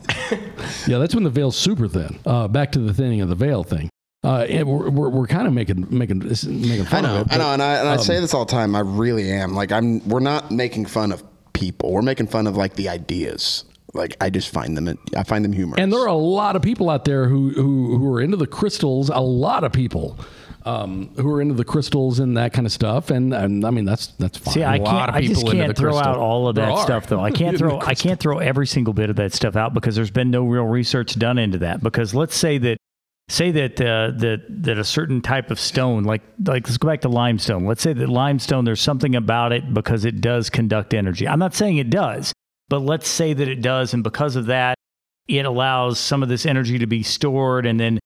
S6: Yeah, that's when the veil's super thin. Uh, back to the thinning of the veil thing. Uh, and we're, we're, we're kind of making making this- making
S7: I
S6: fun
S7: know,
S6: of it.
S7: I know,
S6: but
S7: and I, and I say this all the time. I really am. Like I'm. We're not making fun of people. We're making fun of like the ideas. Like I just find them. I find them humorous.
S6: And there are a lot of people out there who who who are into the crystals. A lot of people. Um, who are into the crystals and that kind of stuff, and, and I mean that's that's fine.
S5: See, I
S6: A lot
S5: can't.
S6: of
S5: I just
S6: people into
S5: can't
S6: the
S5: throw
S6: crystal.
S5: out all of
S6: There
S5: that
S6: are.
S5: stuff, though. I
S6: In
S5: can't
S6: the
S5: throw. I
S6: crystal.
S5: can't throw every single bit of that stuff out because there's been no real research done into that. Because let's say that, say that uh, that that a certain type of stone, like like let's go back to limestone. Let's say that limestone, there's something about it because it does conduct energy. I'm not saying it does, but let's say that it does, and because of that, it allows some of this energy to be stored, and then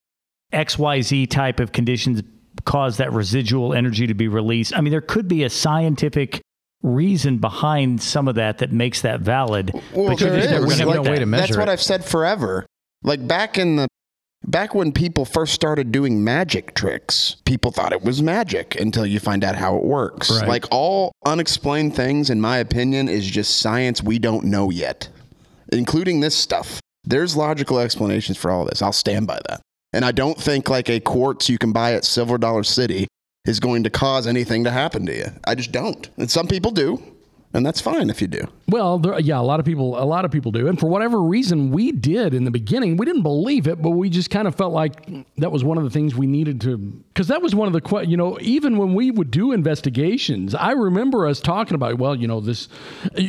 S5: XYZ type of conditions cause that residual energy to be released. I mean, there could be a scientific reason behind some of that that makes that valid.
S7: well,
S5: but you
S7: there
S5: just
S7: is.
S5: never
S8: We have
S5: know
S8: no
S5: that.
S8: way to measure
S7: That's what
S8: it.
S7: I've said forever. Like back in the back when people first started doing magic tricks, people thought it was magic until you find out how it works.
S6: Right.
S7: Like all unexplained things, in my opinion, is just science we don't know yet, including this stuff. There's logical explanations for all this. I'll stand by that. And I don't think like a quartz you can buy at Silver Dollar City is going to cause anything to happen to you. I just don't. And some people do, and that's fine if you do.
S6: Well, there, yeah, a lot of people, a lot of people do, and for whatever reason, we did in the beginning. We didn't believe it, but we just kind of felt like that was one of the things we needed to, because that was one of the, que- you know, even when we would do investigations, I remember us talking about, well, you know, this,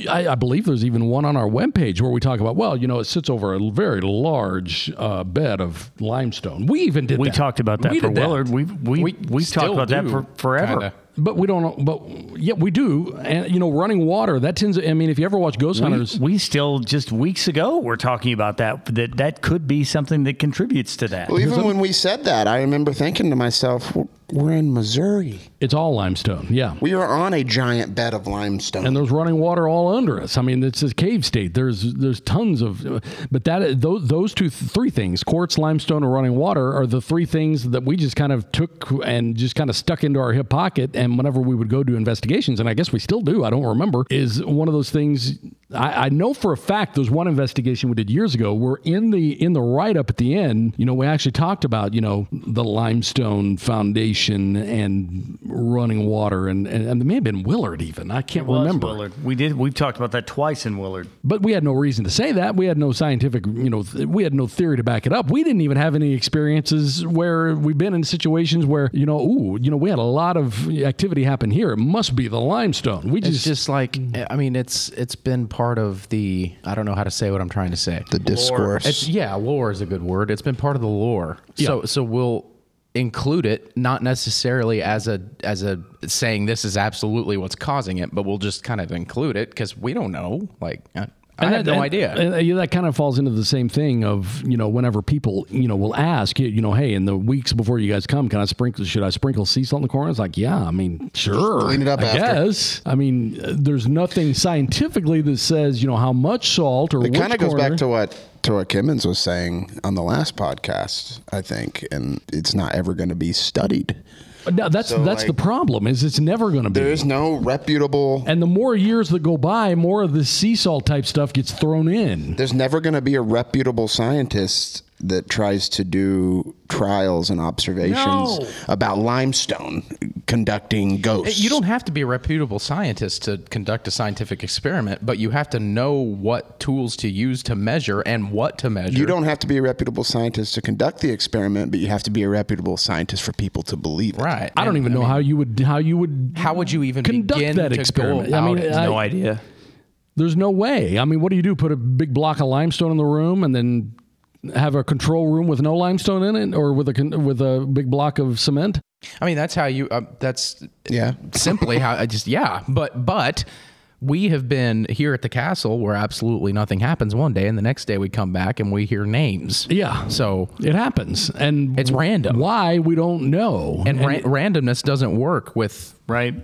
S6: I, I believe there's even one on our webpage where we talk about, well, you know, it sits over a very large uh, bed of limestone. We even did.
S5: We
S6: that.
S5: talked about that
S6: We
S5: for
S6: did that.
S5: Willard. We've, we, we, we've talked
S8: still
S5: about that
S8: do,
S5: for forever.
S8: kinda.
S6: But we don't. But yeah, we do. And you know, running water that tends. I mean, if you ever watch Ghost Hunters,
S5: We still just weeks ago were talking about that that that could be something that contributes to that.
S7: Well, even when we said that, I remember thinking to myself, well, We're in Missouri.
S6: It's all limestone. Yeah.
S7: We are on a giant bed of limestone.
S6: and there's running water all under us. I mean, it's a cave state. There's there's tons of, but that those those two three things, quartz, limestone, or running water, are the three things that we just kind of took and just kind of stuck into our hip pocket. And whenever we would go do investigations, and I guess we still do, I don't remember, is one of those things. I, I know for a fact there's one investigation we did years ago where in the in the write up at the end, you know, we actually talked about you know the limestone foundation and running water, and and, and it may have been Willard even. I can't
S5: Was
S6: remember.
S5: Willard. We did. We've talked about that twice in Willard.
S6: But we had no reason to say that. We had no scientific, you know, th- we had no theory to back it up. We didn't even have any experiences where we've been in situations where, you know, ooh, you know, we had a lot of activity happen here. It must be the limestone. We
S8: It's
S6: just,
S8: just like I mean, it's it's been part of the I don't know how to say what I'm trying to say.
S7: the discourse.
S8: It's yeah, lore is a good word. It's been part of the lore. So so we'll include it not necessarily as a as a saying this is absolutely what's causing it, but we'll just kind of include it cuz we don't know. Like I, I
S6: And
S8: had
S6: that-
S8: no
S6: and-
S8: idea.
S6: and, uh, yeah, that kind of falls into the same thing of you know whenever people you know will ask you, you know hey in the weeks before you guys come can I sprinkle should I sprinkle sea salt in the corner? It's like yeah I mean sure
S7: clean it up
S6: I
S7: after.
S6: guess I mean uh, there's nothing scientifically that says you know how much salt or
S7: It
S6: which
S7: kind of goes
S6: corner.
S7: back to what to what Kimmins was saying on the last podcast, I think, and it's not ever going to be studied.
S6: No, that's
S7: So,
S6: that's
S7: like-
S6: the problem is it's never going to be
S7: There is no reputable.
S6: and the more years that go by more of the sea salt type stuff gets thrown in.
S7: There's never going to be a reputable scientist that tries to do trials and observations
S6: No.
S7: about limestone conducting ghosts.
S8: You don't have to be a reputable scientist to conduct a scientific experiment, but you have to know what tools to use to measure and what to measure.
S7: You don't have to be a reputable scientist to conduct the experiment, but you have to be a reputable scientist for people to believe it.
S8: right.
S6: I don't
S8: And,
S6: even know
S8: mean,
S6: how you would how you would
S8: how would you even
S6: conduct
S8: begin
S6: that
S8: to go
S6: experiment. I
S8: about
S6: mean,
S8: it?
S6: I-
S9: no idea.
S6: There's no way. I mean, what do you do? Put a big block of limestone in the room and then have a control room with no limestone in it or with a con- with a big block of cement?
S8: I mean, that's how you. Uh, that's
S7: Yeah.
S8: simply how I just yeah. But but we have been here at the castle where absolutely nothing happens one day, and the next day we come back and we hear names.
S6: Yeah.
S8: So
S6: It happens. And
S8: It's random.
S6: Why we don't know.
S8: and, ra- randomness doesn't work with
S5: Right.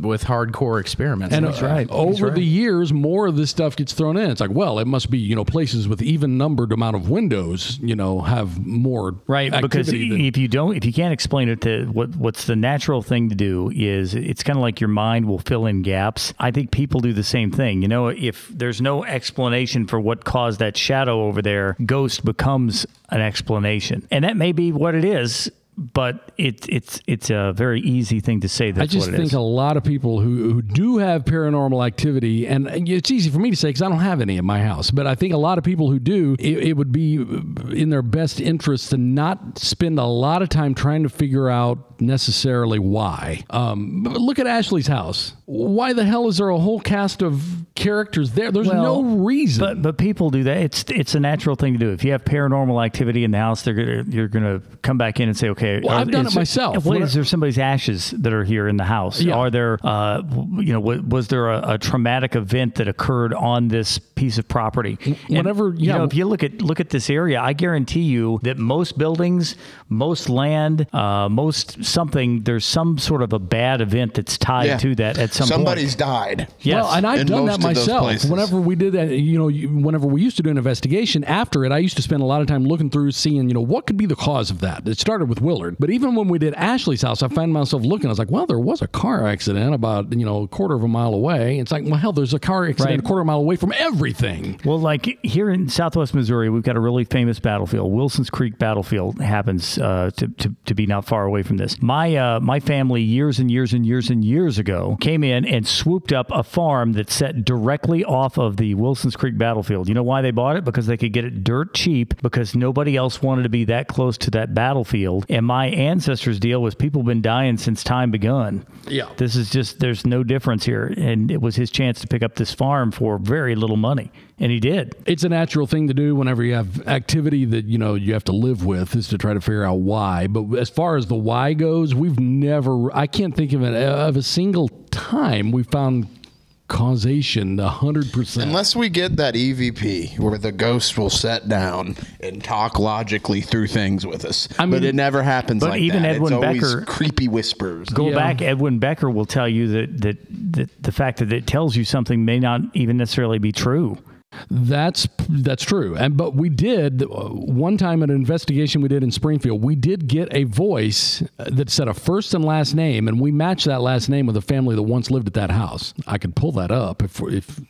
S8: with hardcore experiments.
S6: And,
S8: That's
S6: uh, Over the years, more of this stuff gets thrown in. It's like, well, it must be, you know, places with even numbered amount of windows, you know, have more
S5: Right. Because
S6: activity than-
S5: if you don't, if you can't explain it to what what's the natural thing to do is it's kind of like your mind will fill in gaps. I think people do the same thing. You know, if there's no explanation for what caused that shadow over there, ghost becomes an explanation, and that may be what it is. But it, it's it's a very easy thing to say. That's
S6: I just
S5: what it
S6: think
S5: is.
S6: a lot of people who, who do have paranormal activity, and it's easy for me to say because I don't have any in my house, but I think a lot of people who do, it, it would be in their best interest to not spend a lot of time trying to figure out necessarily why. Um, but look at Ashley's house. Why the hell is there a whole cast of characters there? There's
S5: Well,
S6: no reason.
S5: But but people do that. It's it's a natural thing to do. If you have paranormal activity in the house, they're gonna, you're going to come back in and say, okay, uh,
S6: Well, I've done
S5: is
S6: it myself.
S5: What
S6: When
S5: is
S6: I-
S5: there? Somebody's ashes that are here in the house.
S6: Yeah.
S5: Are there? Uh, w- you know, wa- was there a, a traumatic event that occurred on this piece of property? And,
S6: whenever-
S5: you
S6: yeah.
S5: know, if you look at look at this area, I guarantee you that most buildings, most land, uh, most something, there's some sort of a bad event that's tied
S7: Yeah.
S5: to that at some
S7: Somebody's
S5: point.
S7: died.
S5: Yes.
S6: Well, and I've
S7: in
S6: done that
S7: most of those
S6: myself.
S7: places.
S6: Whenever we did that, you know, you- whenever we used to do an investigation after it, I used to spend a lot of time looking through, seeing, you know, what could be the cause of that. It started with Willard, but even when we did Ashley's house, I found myself looking. I was like, well, there was a car accident about you know a quarter of a mile away. It's like, well, hell, there's a car accident
S5: Right.
S6: a quarter mile away from everything.
S5: Well, like here in Southwest Missouri, we've got a really famous battlefield. Wilson's Creek Battlefield happens uh, to, to, to be not far away from this. My uh, my family years and years and years and years ago came in and swooped up a farm that set directly off of the Wilson's Creek Battlefield. You know why they bought it? Because they could get it dirt cheap because nobody else wanted to be that close to that battlefield. And my ancestors' deal was people been dying since time begun.
S6: Yeah.
S5: This is just there's no difference here, and it was his chance to pick up this farm for very little money, and he did.
S6: It's a natural thing to do whenever you have activity that you know you have to live with is to try to figure out why. But as far as the why goes, we've never I can't think of it of a single time we found causation, hundred percent.
S7: Unless we get that EVP where the ghost will sit down and talk logically through things with us,
S6: I
S7: but
S6: mean-
S7: it never happens.
S5: But
S7: like
S5: even
S7: that.
S5: Edwin
S7: it's always
S5: Becker-
S7: creepy whispers.
S5: Go
S6: Yeah.
S5: back, Edwin Becker will tell you that, that that the fact that it tells you something may not even necessarily be true.
S6: That's that's true. And but we did uh, one time at an investigation we did in Springfield, we did get a voice uh, that said a first and last name, and we matched that last name with a family that once lived at that house. I could pull that up if we- if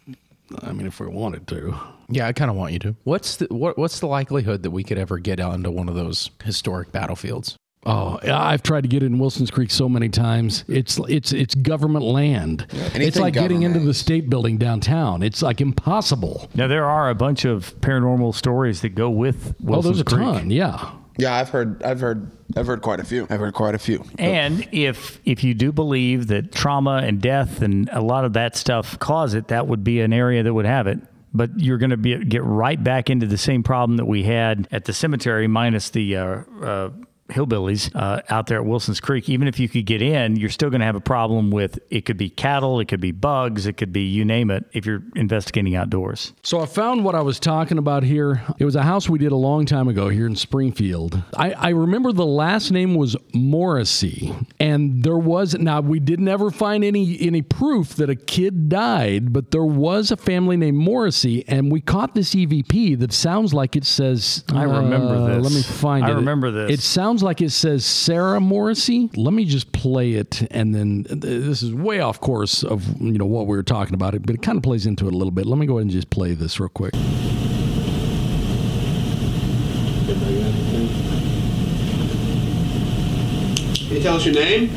S6: I mean if we wanted to.
S8: Yeah, I kind of want you to. What's the what, What's the likelihood that we could ever get onto one of those historic battlefields?
S6: Oh, I've tried to get in Wilson's Creek so many times. It's it's it's government land. it's
S7: anything
S6: like getting into
S7: government.
S6: the state building downtown. It's like impossible.
S5: Now there are a bunch of paranormal stories that go with
S6: Oh,
S5: Wilson's
S6: there's a
S5: Creek.
S6: ton. Yeah.
S7: Yeah, I've heard, I've heard, I've heard quite a few. I've heard quite a few.
S5: And if if you do believe that trauma and death and a lot of that stuff cause it, that would be an area that would have it. But you're going to be get right back into the same problem that we had at the cemetery, minus the. Uh, uh, Hillbillies uh, out there at Wilson's Creek, even if you could get in, you're still going to have a problem with it. Could be cattle, it could be bugs, it could be you name it if you're investigating outdoors.
S6: So I found what I was talking about here. It was a house we did a long time ago here in Springfield. I, I remember the last name was Morrissey, and there was now we did never find any any proof that a kid died, but there was a family named Morrissey, and we caught this EVP that sounds like it says. uh,
S5: I remember this.
S6: Let me find
S5: I
S6: it.
S5: remember this.
S6: It sounds like it says Sarah Morrissey. Let me just play it, and then this is way off course of you know what we were talking about, but it kind of plays into it a little bit. Let me go ahead and just play this real quick.
S10: Can you tell us your name?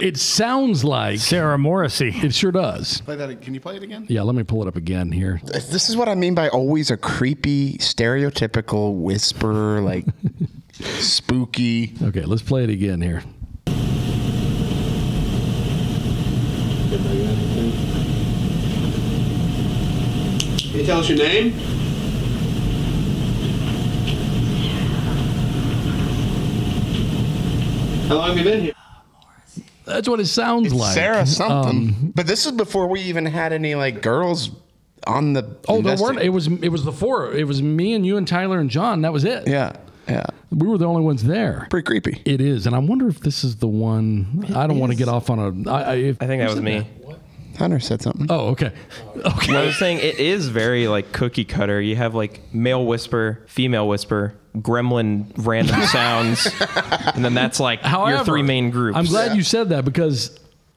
S6: It sounds like
S5: Sarah Morrissey.
S6: it sure does.
S10: Play that. Can you play it again?
S6: Yeah, let me pull it up again here.
S7: This is what I mean by always a creepy, stereotypical whisper, like spooky.
S6: Okay, let's play it again here.
S10: Can you tell us your name? How long have you been here?
S6: That's what it sounds like. um,
S7: Sarah something. but this is before we even had any like girls on the.
S6: Oh, there
S7: investi-
S6: weren't. It was it was the four. It was me and you and Tyler and John. That was it.
S7: yeah, yeah,
S6: we were the only ones there.
S7: pretty creepy.
S6: It is, and I wonder if this is the one. I don't want to get off on a. I, I, if,
S9: I think that was me.
S7: Hunter said something.
S6: Oh, okay,
S9: I
S6: okay.
S9: was saying it is very like cookie cutter. You have like male whisper, female whisper, gremlin random sounds, and then that's like your
S6: However,
S9: three main groups.
S6: I'm glad you said that because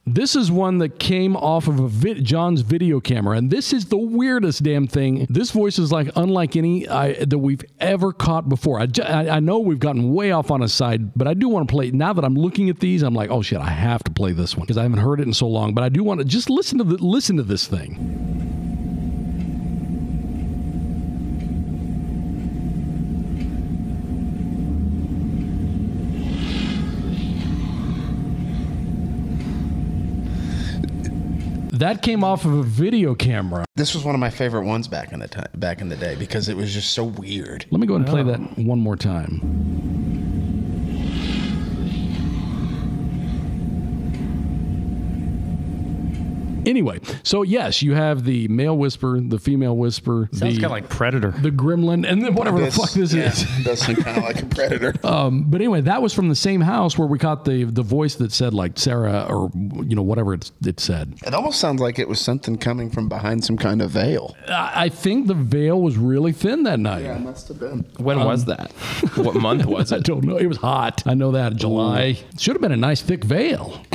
S6: this is one that came off of a vid- John's video camera, and this is the weirdest damn thing. This voice is like unlike any I, that we've ever caught before. I, ju- I, I know we've gotten way off on a side, but I do want to play. Now that I'm looking at these, I'm like, oh shit, I have to play this one because I haven't heard it in so long. But I do want to just listen to the, listen to this thing. That came off of a video camera.
S7: This was one of my favorite ones back in the time, back in the day because it was just so weird.
S6: Let me go ahead and play that one more time. Anyway, so yes, you have the male whisper, the female whisper,
S5: Sounds
S6: the
S5: kind of like Predator.
S6: the gremlin, and then whatever the fuck this Oh.
S7: yeah,
S6: is.
S7: does sound kind of like a predator.
S6: But anyway, that was from the same house where we caught the the voice that said like Sarah or you know whatever it, it said.
S7: it almost sounds like it was something coming from behind some kind of veil.
S6: I, I think the veil was really thin that night.
S7: must have been.
S9: when was that? What month was
S6: I
S9: it?
S6: don't know. It was hot. I know that July should have been a nice thick veil.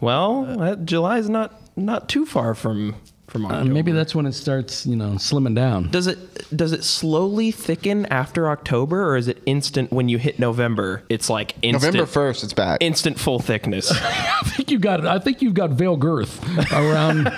S9: Well, that July's not not too far from from October.
S6: And maybe that's when it starts, you know, slimming down.
S9: Uh, Does it does it slowly thicken after October, or is it instant when you hit November? It's like instant,
S7: November first, it's back.
S9: instant full thickness.
S6: I think you got I think you've got veil girth around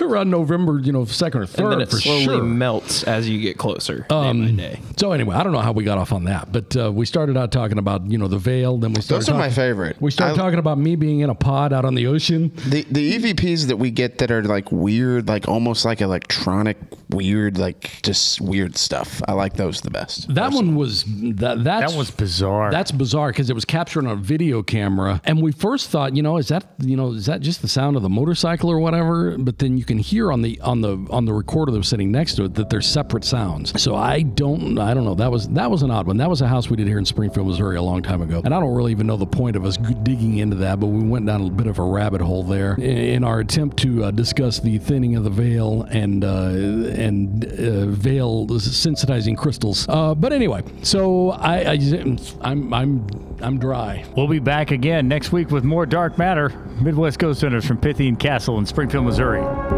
S6: around November, you know, second or
S9: and
S6: third
S9: then it
S6: for
S9: slowly
S6: sure.
S9: melts as you get closer day by day.
S6: So anyway, I don't know how we got off on that, but uh, we started out talking about you know the veil. Then we started
S7: Those are my
S6: talking-
S7: favorite.
S6: We started
S7: I-
S6: talking about me being in a pod out on the ocean.
S7: The the EVPs that we get that are like weird, like almost like electronic weird, like just weird stuff. I like those the best.
S6: That one was that that's,
S5: That was bizarre.
S6: That's bizarre because it was captured on a video camera, and we first thought, you know, is that you know is that just the sound of the motorcycle or whatever? But then you can hear on the on the on the recorder that was sitting next to it that they're separate sounds. So I don't I don't know. That was that was an odd one. That was a house we did here in Springfield, Missouri, a long time ago, and I don't really even know the point of us g- digging into that, but we went down a bit of a rabbit hole there in- in our attempt to uh, discuss the thinning of the veil and uh, and uh, veil sensitizing crystals. Uh, but anyway, so I, I I'm I'm I'm dry.
S5: We'll be back again next week with more Dark Matter. Midwest Ghost Hunters from Pythian Castle in Springfield, Missouri.